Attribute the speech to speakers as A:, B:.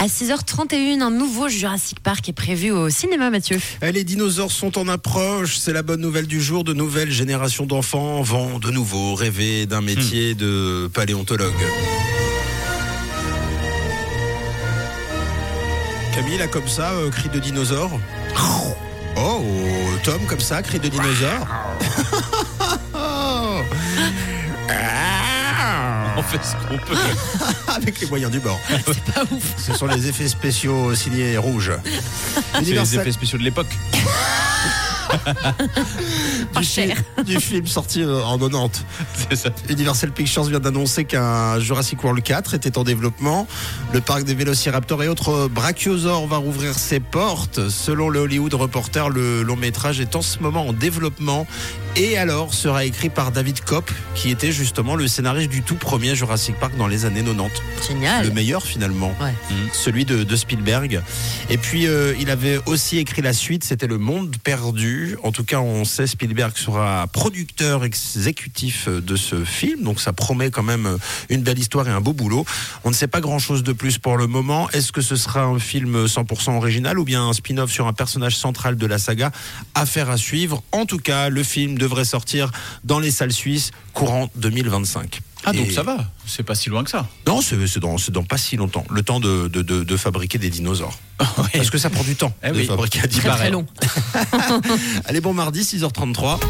A: À 6h31, un nouveau Jurassic Park est prévu au cinéma, Mathieu.
B: Eh, Les dinosaures sont en approche, c'est la bonne nouvelle du jour. De nouvelles générations d'enfants vont de nouveau rêver d'un
C: Hmm.
B: métier de paléontologue. Camille, là, comme ça, euh, cri de dinosaure. Oh, Tom, comme ça, cri de dinosaure. Ah,
C: On fait ce qu'on peut.
B: Avec les moyens du bord.
A: C'est pas ouf.
B: Ce sont les effets spéciaux signés rouge.
C: C'est les effets spéciaux de l'époque.
A: Pas
B: du, film,
A: cher.
B: du film sorti euh, en 90.
C: C'est ça.
B: Universal Pictures vient d'annoncer qu'un Jurassic World 4 était en développement. Le parc des vélociraptors et autres brachiosaures va rouvrir ses portes. Selon le Hollywood Reporter, le long métrage est en ce moment en développement et alors sera écrit par David Kopp, qui était justement le scénariste du tout premier Jurassic Park dans les années 90 le
A: Génial.
B: meilleur finalement.
A: Ouais.
B: Mm. Celui de, de Spielberg. Et puis euh, il avait aussi écrit la suite, c'était Le Monde Perdu. En tout cas, on sait Spielberg sera producteur exécutif euh, de ce film, donc ça promet quand même euh, une belle histoire et un beau boulot. On ne sait pas grand-chose de plus pour le moment. Est-ce que ce sera un film euh, 100% original ou bien un spin-off sur un personnage central de la saga Affaire à suivre. En tout cas, le film devrait sortir dans les salles suisses courant 2025.
C: Ah, donc
B: Et-
C: ça va. C'est pas si loin que ça.
B: non, c'est c'est dans, c'est dans pas si longtemps. Le temps de, de- de- de fabriquer des dinosaures. Parce que ça prend du temps
C: Eh
B: de
C: oui.
B: fabriquer un
A: Très
B: dinosaure.
A: très long.
B: Allez, bon mardi, 6h33.